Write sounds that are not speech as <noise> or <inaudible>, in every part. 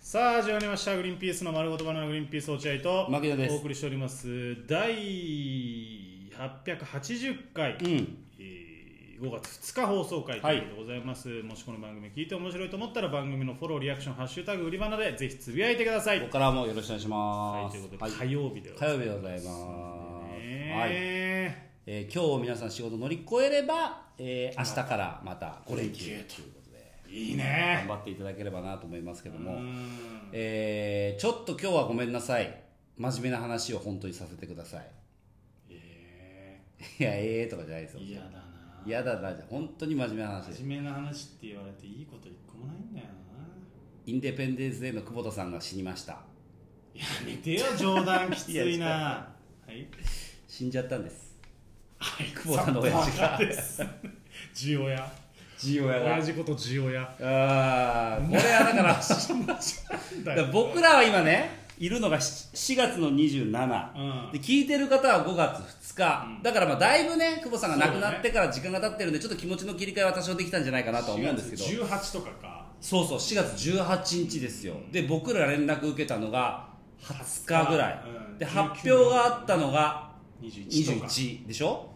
さあ始まりましたグリーンピースの丸ごとバナナグリーンピース落合と牧野ですお送りしております第880回、うんえー5月2日放送回ということでございます、もしこの番組聞いて面白いと思ったら番組のフォローリアクション「ハッシュタグ売りバナ」でぜひつぶやいてください、ここからもよろしくお願いしはまい、とすいうことで、はい火曜日でご火ざい曜日でございますますはいねえー今日皆さん仕事乗り越えれば、えー明日からまた5連休と五いう連ことでい頑いね張っていただければなと思いますけどうも、んえーちょっと今日はごめんなさい真面目な話を本当にさせてください <laughs> えいやええー、とかじゃないですーよ嫌だな嫌だなじゃあ本当に真面目な話です真面目な話って言われていいこと一個もないんだよなインデペンデンスデーの久保田さんが死にましたやめてよ冗談きついいなはい死んじゃったんですはい久保田の親父 <laughs> がですジオヤジオや親父ことジオヤあーこれはだからだ <laughs> から僕らは今ねいるのが7月の27、うんで聞いてる方は5月2日、うんだからまあだいぶね久保さんが亡くそうなだねってから時間が経ってるんでちょっと気持ちの切り替えは多少できたんじゃないかなとは思うんですけど4月18とかかそうそう4月18日ですよで僕ら連絡受けたのが20日ぐらい、うんで19発表があったのが21とか21でしょ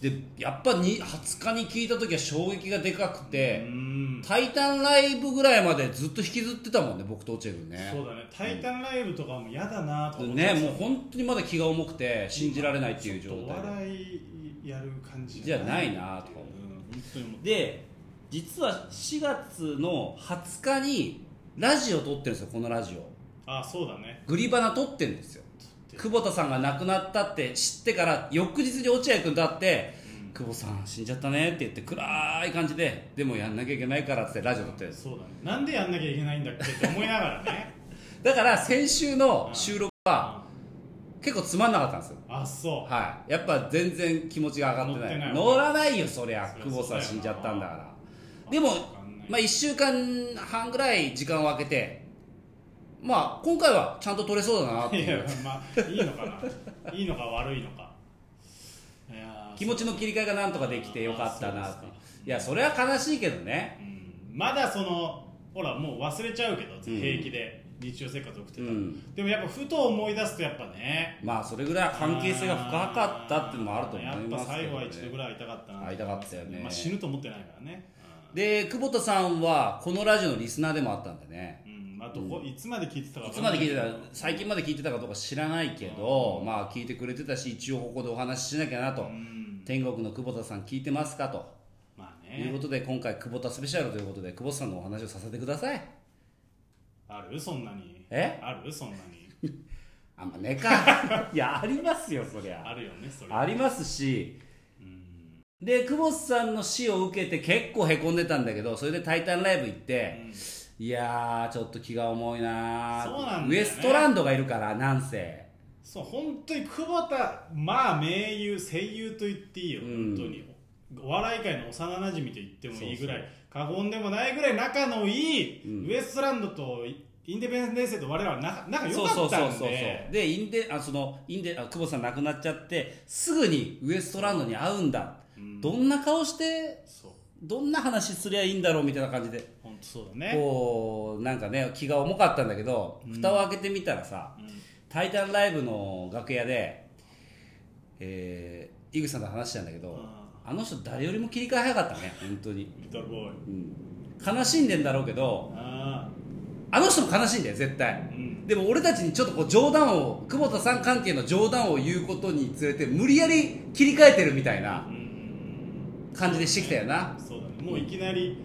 でやっぱに20日に聞いた時は衝撃がでかくて、うんタイタンライブぐらいまでずっと引きずってたもんね、僕と落合君ね。そうだね「タイタンライブ」とかも嫌だなとか思ってね、もう本当にまだ気が重くて、信じられないっていう状ちょっとお態笑いやる感じじゃないなとかうん思本当に思っう。てで、実は4月の20日に、ラジオ撮ってるんですよ、このラジオ。あそうだねグリバナ撮ってるんですよ。てる久保田さんが亡くなったって知ってから、翌日に落合君と会って、うん久保さん死んじゃったねって言って、暗い感じで、でもやんなきゃいけないからってラジオ撮ってるんですよそうだねなんでやんなきゃいけないんだっけって思いながらねだから先週の収録は、あ結構つまんなかったんですよ。あそうはい、やっぱ全然気持ちが上がってない乗ってない乗らないよそりゃそりゃ久保そうださよんな死んじゃったんだからあでもわかんない、まあ、1週間半ぐらい時間を空けてまあ今回はちゃんと取れそうだなっていいやうまあいいのかないいのか悪いのかいやー気持ちの切り替えがなんとかできてよかったなあっそてういですかやそれは悲しいけどねうんまだそのほらもう忘れちゃうけど平気で日常生活送ってたら、うんでもやっぱふと思い出すとやっぱねまあそれぐらい関係性が深かったっていうのもあると思いまやっすぱけ最後ど、は一度ぐね、らい会いたかったな会いたかったよねまあ、死ぬと思ってないからねで久保田さんはこのラジオのリスナーでもあったんでねうん、あとこいつまで聞いてたかいわつかんまなで聞いてけどた最近まで聞いてたかどうか知らないけど、まあ聞いてくれてたし一応ここでお話ししなきゃなと、うん天国の久保田さん聞いてますかと、まあいうこねとで今回久保田スペシャルということで久保田さんのお話をさせてくださいあるそんなにえあるそんなにあんまねえかいやありますよそりゃあるよねそれありますしで久保田さんの死を受けて結構へこんでたんだけどそれで「タイタンライブ」行って、うんいやーちょっと気が重いなーそうなんだよウねエストランドがいるからなんせそう本当に久保田まあ名優声優と言っていいよ、うん本当にお笑い界の幼なじみと言ってもいいぐらいそう過言でもないぐらい仲のいい、うんウエストランドとインディペンデンスデーと我々は仲仲良そうかそうっそうたそんうででインデあそのインデあ久保さん亡くなっちゃってすぐにウエストランドに会うんだ、うんどんな顔してそうどんな話すりゃいいんだろうみたいな感じで本当そうだね、こうなんかね気が重かったんだけど、蓋を開けてみたらさうん「タイタンライブ」の楽屋で、えー、井口さんと話したんだけど、ああの人誰よりも切り替え早かったね本当に、リトルボーイうん、悲しんでんだろうけどああの人も悲しいんだよ絶対あうんでも俺たちにちょっとこう冗談を久保田さん関係の冗談を言うことにつれて無理やり切り替えてるみたいなうんうん感じでしてきたよなうん、そうだねもういきなり、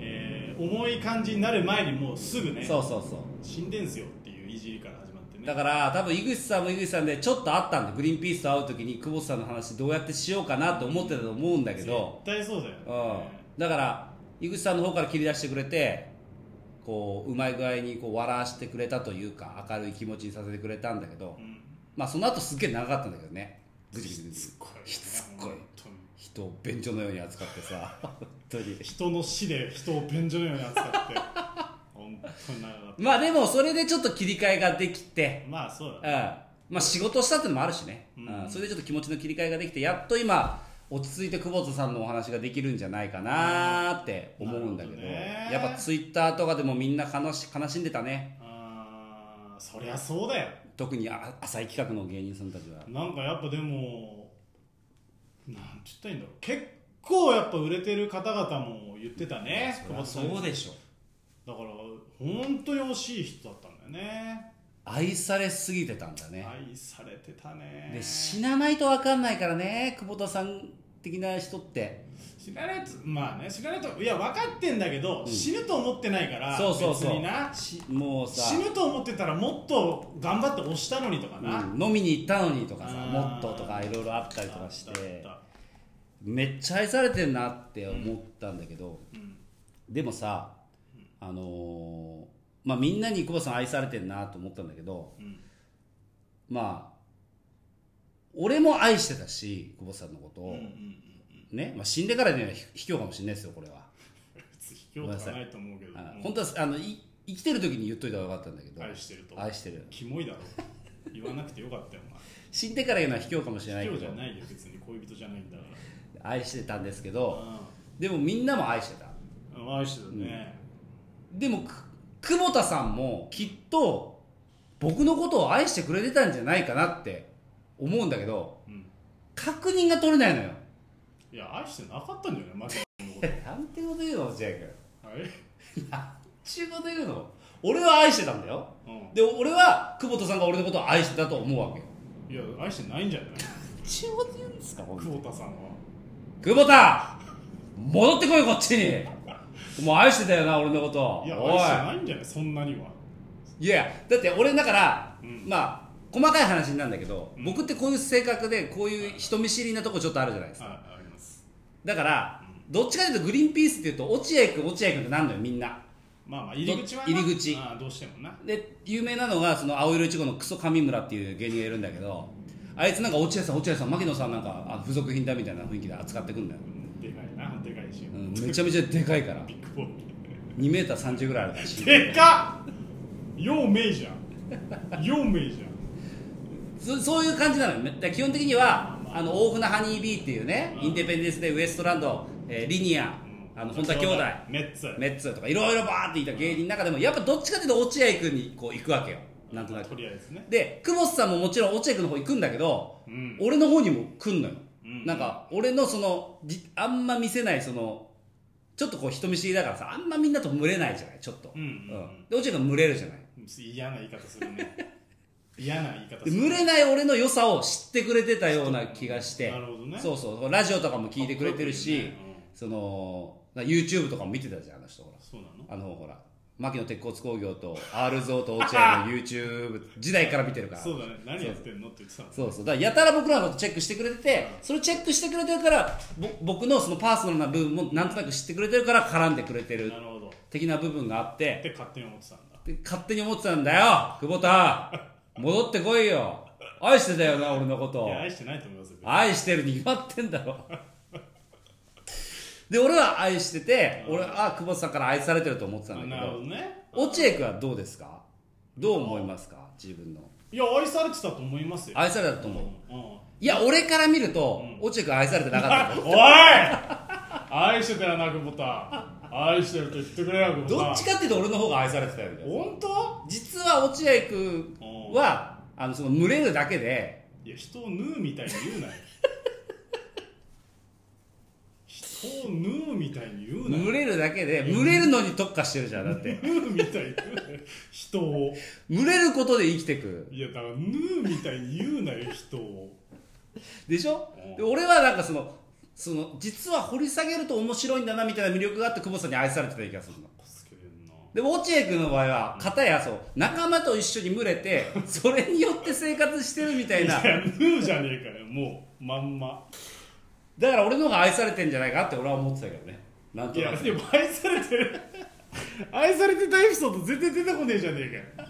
えー重い感じになる前にもうすぐねそうそうそう死んでんすよっていういじりから始まってねだから多分井口さんも井口さんでちょっとあったんだグリーンピースと会う時に久保田さんの話どうやってしようかなと思ってたと思うんだけど、絶対そうだよね、うん、だから井口さんの方から切り出してくれてこううまい具合にこう笑わせてくれたというか明るい気持ちにさせてくれたんだけど、うんまあその後すっげえ長かったんだけどねぐじぐじぐじぐじすっごいよねしつこい本当に人を便所のように扱ってさ <laughs> 本当に人の死で人を便所のように扱って <laughs> 本当に長かったまあでもそれでちょっと切り替えができて、まあそううんだねまあ、仕事したってのもあるしね、ううんんそれでちょっと気持ちの切り替えができてやっと今落ち着いて久保田さんのお話ができるんじゃないかなーって思うんだけどなるほどねやっぱツイッターとかでもみんな悲し悲しんでたねあーそりゃそうだよ特にあ浅い企画の芸人さんたちはなんかやっぱでもなんて言ったらいいんだろう結構やっぱ売れてる方々も言ってたね久保田さんでしょだから本当に惜しい人だったんだよね愛されすぎてたんだね愛されてたねで死なないと分かんないからね久保田さん的な人って知らないとまあね知らないといや分かってんだけど、ん死ぬと思ってないからそうそうそう別になしもうさ死ぬと思ってたらもっと頑張って押したのにとかな、うん飲みに行ったのにとかさあーもっととかいろいろあったりとかしあってたあっめっちゃ愛されてんなって思ったんだけど、たうんでもさあのーまあみんなに久保田さん愛されてんなと思ったんだけどうんまあ俺も愛してたし久保田さんのことうんを、うんうんね、まあ、死んでからにはひ卑怯かもしれないですよこれは、別に卑怯とかないと思うけどあもう本当はあのい生きてる時に言っといた方がよかったんだけど愛してると愛してるキモいだろ言わなくてよかったよ死んでから言うのは卑怯かもしれおない前卑け怯じゃどないよ別に恋人じゃないんだか愛してたんですけらどでもみんなも愛してたうん愛してたね、でもく久保田さんもきっと僕のことを愛してくれてたんじゃないかなって思うんだけどうん確認が取れないのよいや愛してなかったんじゃないマジでなんてこと言うの落合君はいなんちゅうこと言うの俺は愛してたんだようで俺は久保田さんが俺のことを愛してたと思うわけよんいや愛してないんじゃないちゅうこと言うんですか本当久に保田さんは久保田戻ってこいこっちにもう愛してたよな俺のこといやおい愛してないんじゃないそんなにはいやだって俺だから、うんまあ細かい話になるんだけど、うん僕ってこういう性格でこういう人見知りなとこちょっとあるじゃないですかあありますだからどっちかというとグリーンピースっていうと落合君落合君ってなんのよみんなまあまあ入り口はな入り口ああどうしてもなで有名なのがその青色いちごのクソ上村っていう芸人がいるんだけどあいつなんか落合さん落合さん牧野さんなんかあ付属品だみたいな雰囲気で扱ってくんだよう、んでかいなでかいし、うん、めちゃめちゃでかいからビッグボー2メーター3 0ぐらいあるらしルいでかっ陽明じゃん陽明じゃんそそういう感じなのよだから基本的にはあの大船ハニービーっていうねうんインディペンデンスでウエストランド、えーリニアうんあの本田兄弟メッツメッツとかいろいろバーっていた芸人の中でもやっぱどっちかというと落合君にこう行くわけよなんとなとくりあえずねで久保田さんももちろん落合君の方行くんだけど、うん俺の方にも来んのよ、うんなんか俺のそのじあんま見せないそのちょっとこう人見知りだからさあんまみんなと群れないじゃないちょっと、うんうんうんで落合君群れるじゃない嫌な言い方するね嫌な言い方でする群れない俺の良さを知ってくれてたような気がしてなるほどねそうそうラジオとかも聞いてくれてるし、かっこよく言うねその YouTube とかも見てたじゃんあの人ほうんそうなのらあのほら牧野鉄骨工業と R ゾーと落合 <laughs> の YouTube 時代から見てるからそうだね何やってんのって言ってたのそうそうだからやたら僕らのことチェックしてくれててそれチェックしてくれてるからぼ僕のそのパーソナルな部分もなんとなく知ってくれてるから絡んでくれてるなるほどっ的な部分があってて勝手に思ってたんだで勝手に思ってたんだよ久保田戻ってこいよ愛してたよな俺のこといや愛してないと思いますよ愛してるに決まってんだろで俺は愛してて俺はあ久保田さんから愛されてると思ってたんだなけるほどどね落合君はどうですかどう思いますか自分のいや愛されてたと思いますよ愛されたとうん思ううんいや俺から見ると、うん落合君は愛されてなかったよおい愛してたよな久保田愛してると言ってくれよ久 <laughs> 保田どっちかっていうと俺の方が愛されてたよみたいな本当実は落合君はあのその群れるだけでいや人を縫うみたいに言うなよ人を縫うみたいに言うなよ群れるだけで群れるのに特化してるじゃんだって縫うみたいに言うなよ人を群れることで生きてくいやだから縫うみたいに言うなよ人をでしょうんで俺はなんかそのその実は掘り下げると面白いんだなみたいな魅力があって久保田さんに愛されてた気がするのこすけるなでも落合君の場合は片やそう仲間と一緒に群れ <laughs> てそれによって生活してるみたいないや縫うじゃねえかよもうまんまだから俺の方が愛されてんじゃないかって俺は思ってたけどねなんいとなやくでも愛されてる愛されてたエピソード全然出てこねえじゃねえかよ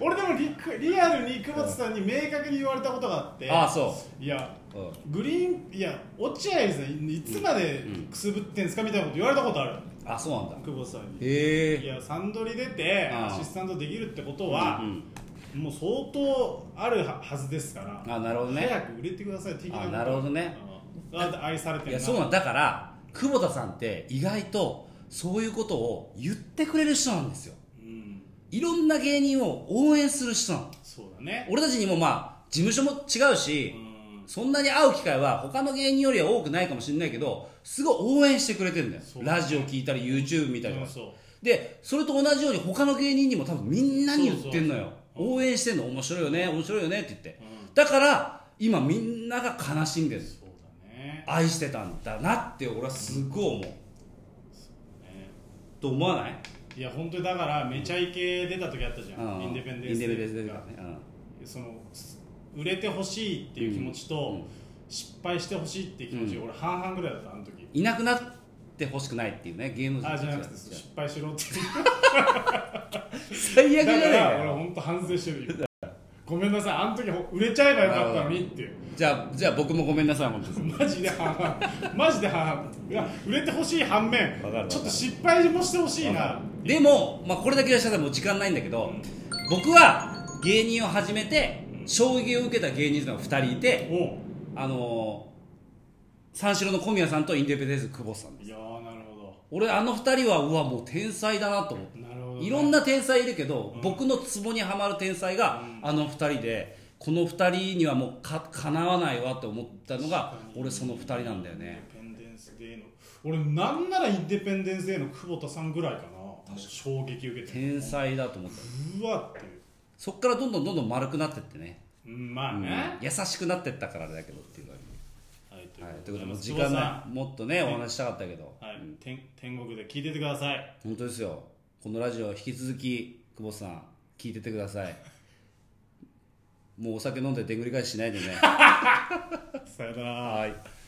俺でもリリアルに久保田さんに明確に言われたことがあってああそいやう、うん、グリーンいや落合さんいつまでくすぶってんすかみたいなこと言われたことあるあそうなんだ久保田さんにへいえやサンドリ出てあアあシスタントできるってことはもう相当あるははずですからあなるほどね早く売れてください的なことあなるほどねうんあ愛されているやそうなんだから久保田さんって意外とそういうことを言ってくれる人なんですようんいろんな芸人を応援する人なのそうだね俺たちにもまあ事務所も違ううし、んそんなに会う機会は他の芸人よりは多くないかもしれないけどすごい応援してくれてるんだよそうラジオ聞いたり YouTube 見たりとうかん、そうでそれと同じように他の芸人にも多分みんなに言ってんのよそう応援してんの面白いよね面白いよねって言ってうんだから今みんなが悲しんでるそうだね愛してたんだなって俺はすごい思う、ねと思わないいや本当にだからめちゃイケ出た時あったじゃん、うんインディペンデインディペンデンンススデデーーがだねそのす売れてほしいっていう気持ちと、うん失敗してほしいっていう気持ち、う俺半々ぐらいだったあの時うんいなくなってほしくないっていうね芸能人たあじちゃがなくて失敗しろって最悪じゃだねかえらか俺よ本当反省してる今ごめんなさいあの時ほ売れちゃえばよかったのにっていうじゃあじゃあ僕もごめんなさい本当にマジで半々マジで半々いや売れてほしい反面わかるわかるちょっと失敗もしてほしいなでも、まあ、これだけいらっしゃったらもう時間ないんだけど、僕は芸人を始めて衝撃を受けた芸人さんが2人いて、おあのー三四郎の小宮さんとインデペンデンス久保さんですいやーなるほ俺あの2人はうわもう天才だなと思ってどなるほどね、いろんな天才いるけど、うん僕のツボにはまる天才がうんあの2人でこの2人にはもうかかなわないわと思ったのが確かに俺その2人なんだよインねディペンデンス・デーの俺なんならインディペンデンス・デーの久保田さんぐらいかな衝撃受けて天才だと思ったうわっていうそっからどんどんどんどん丸くなってってねうんまあうんね、優しくなってったからだけどっていうのははいとはい、といいううこととでこでもう時久保間さんないもっとねお話ししたかったけど、はいうん天天国で聞いててくだ <laughs> さい本当ですよこのラジオ引き続き久保さん聞いててくだ <laughs> さいもうお酒飲んででんぐり返ししないでねさよならはい